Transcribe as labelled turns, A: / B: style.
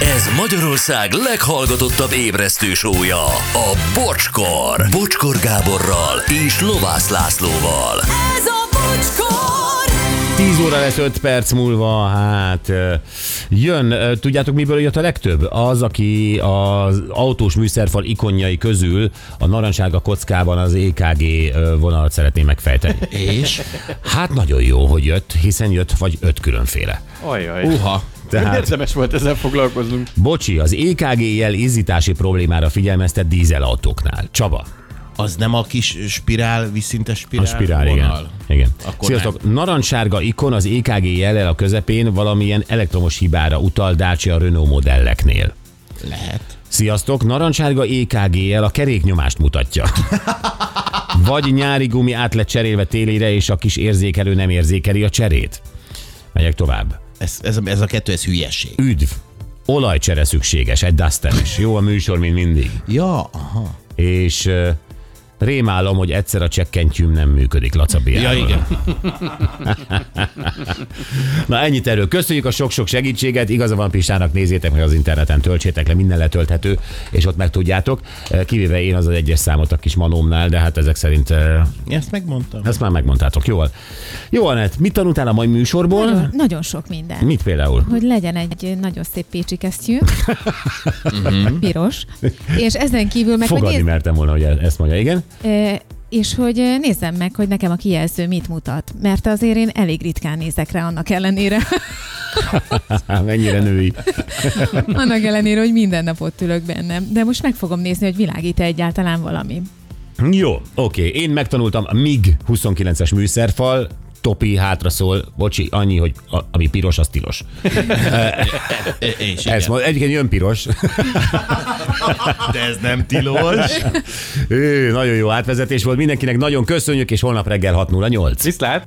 A: Ez Magyarország leghallgatottabb ébresztő sója, a Bocskor. Bocskor Gáborral és Lovász Lászlóval.
B: Ez a bocskor!
C: 10 óra lesz 5 perc múlva, hát ö, jön, ö, tudjátok miből jött a legtöbb? Az, aki az autós műszerfal ikonjai közül a narancsága kockában az EKG ö, vonalat szeretné megfejteni. És? Hát nagyon jó, hogy jött, hiszen jött vagy öt különféle.
D: Ajaj. Uha.
C: Tehát-
D: Tehát... Érdemes volt ezzel foglalkoznunk.
C: Bocsi, az E EKG jel izzítási problémára figyelmeztet dízelautóknál. Csaba,
E: Az nem a kis spirál, vízszintes spirál?
C: a spirál, igen.
E: vonal?
C: igen.
E: Akkor
C: Sziasztok, narancssárga ikon az EKG jellel a közepén valamilyen elektromos hibára utal Dacia Renault modelleknél.
E: Lehet.
C: Sziasztok! Narancsárga E EKG-jel a keréknyomást mutatja. Vagy nyári gumi át lett cserélve télére, és a kis érzékelő nem érzékeli a cserét. Megyek tovább.
E: Ez, ez, a- ez a kettő, ez hülyeség.
C: Üdv! Olajcsere szükséges, egy Duster is. Jó a műsor, mint mindig.
E: Ja, aha.
C: És uh, rémálom, hogy egyszer a csekkentyűm nem működik, Laca Biáról.
E: Ja, igen.
C: Na ennyit erről. Köszönjük a sok-sok segítséget. Igaza van Pistának, nézzétek meg az interneten, töltsétek le, minden letölthető, és ott megtudjátok. Eh, Kivéve én az az egyes számot a kis manómnál, de hát ezek szerint eh,
E: Ezt megmondtam.
C: ezt már megmondtátok. Jól. Jó, Anett, mit tanultál a mai műsorból?
F: Nagyon, nagyon sok minden.
C: Mit például?
F: Hogy legyen egy nagyon szép pécsi kesztyű, piros, és ezen kívül meg, hogy
C: Fogadni
F: néz,
C: mertem volna, hogy e- ezt mondja, igen.
F: e, és hogy e, nézzem meg, hogy nekem a kijelző mit mutat, mert azért én elég ritkán nézek rá annak ellenére,
C: Há, mennyire női.
F: annak ellenére, hogy minden nap ott ülök bennem. De most meg fogom nézni, hogy világít-e egyáltalán valami.
C: Jó, oké. Én megtanultam a MIG 29-es műszerfal, Topi hátra szól, bocsi, annyi, hogy a, ami piros, az tilos.
E: E- és igen.
C: Ez, ma- egyébként jön piros.
E: De ez nem tilos.
C: Ő, nagyon jó átvezetés volt mindenkinek, nagyon köszönjük, és holnap reggel 6.08.
D: Viszlát!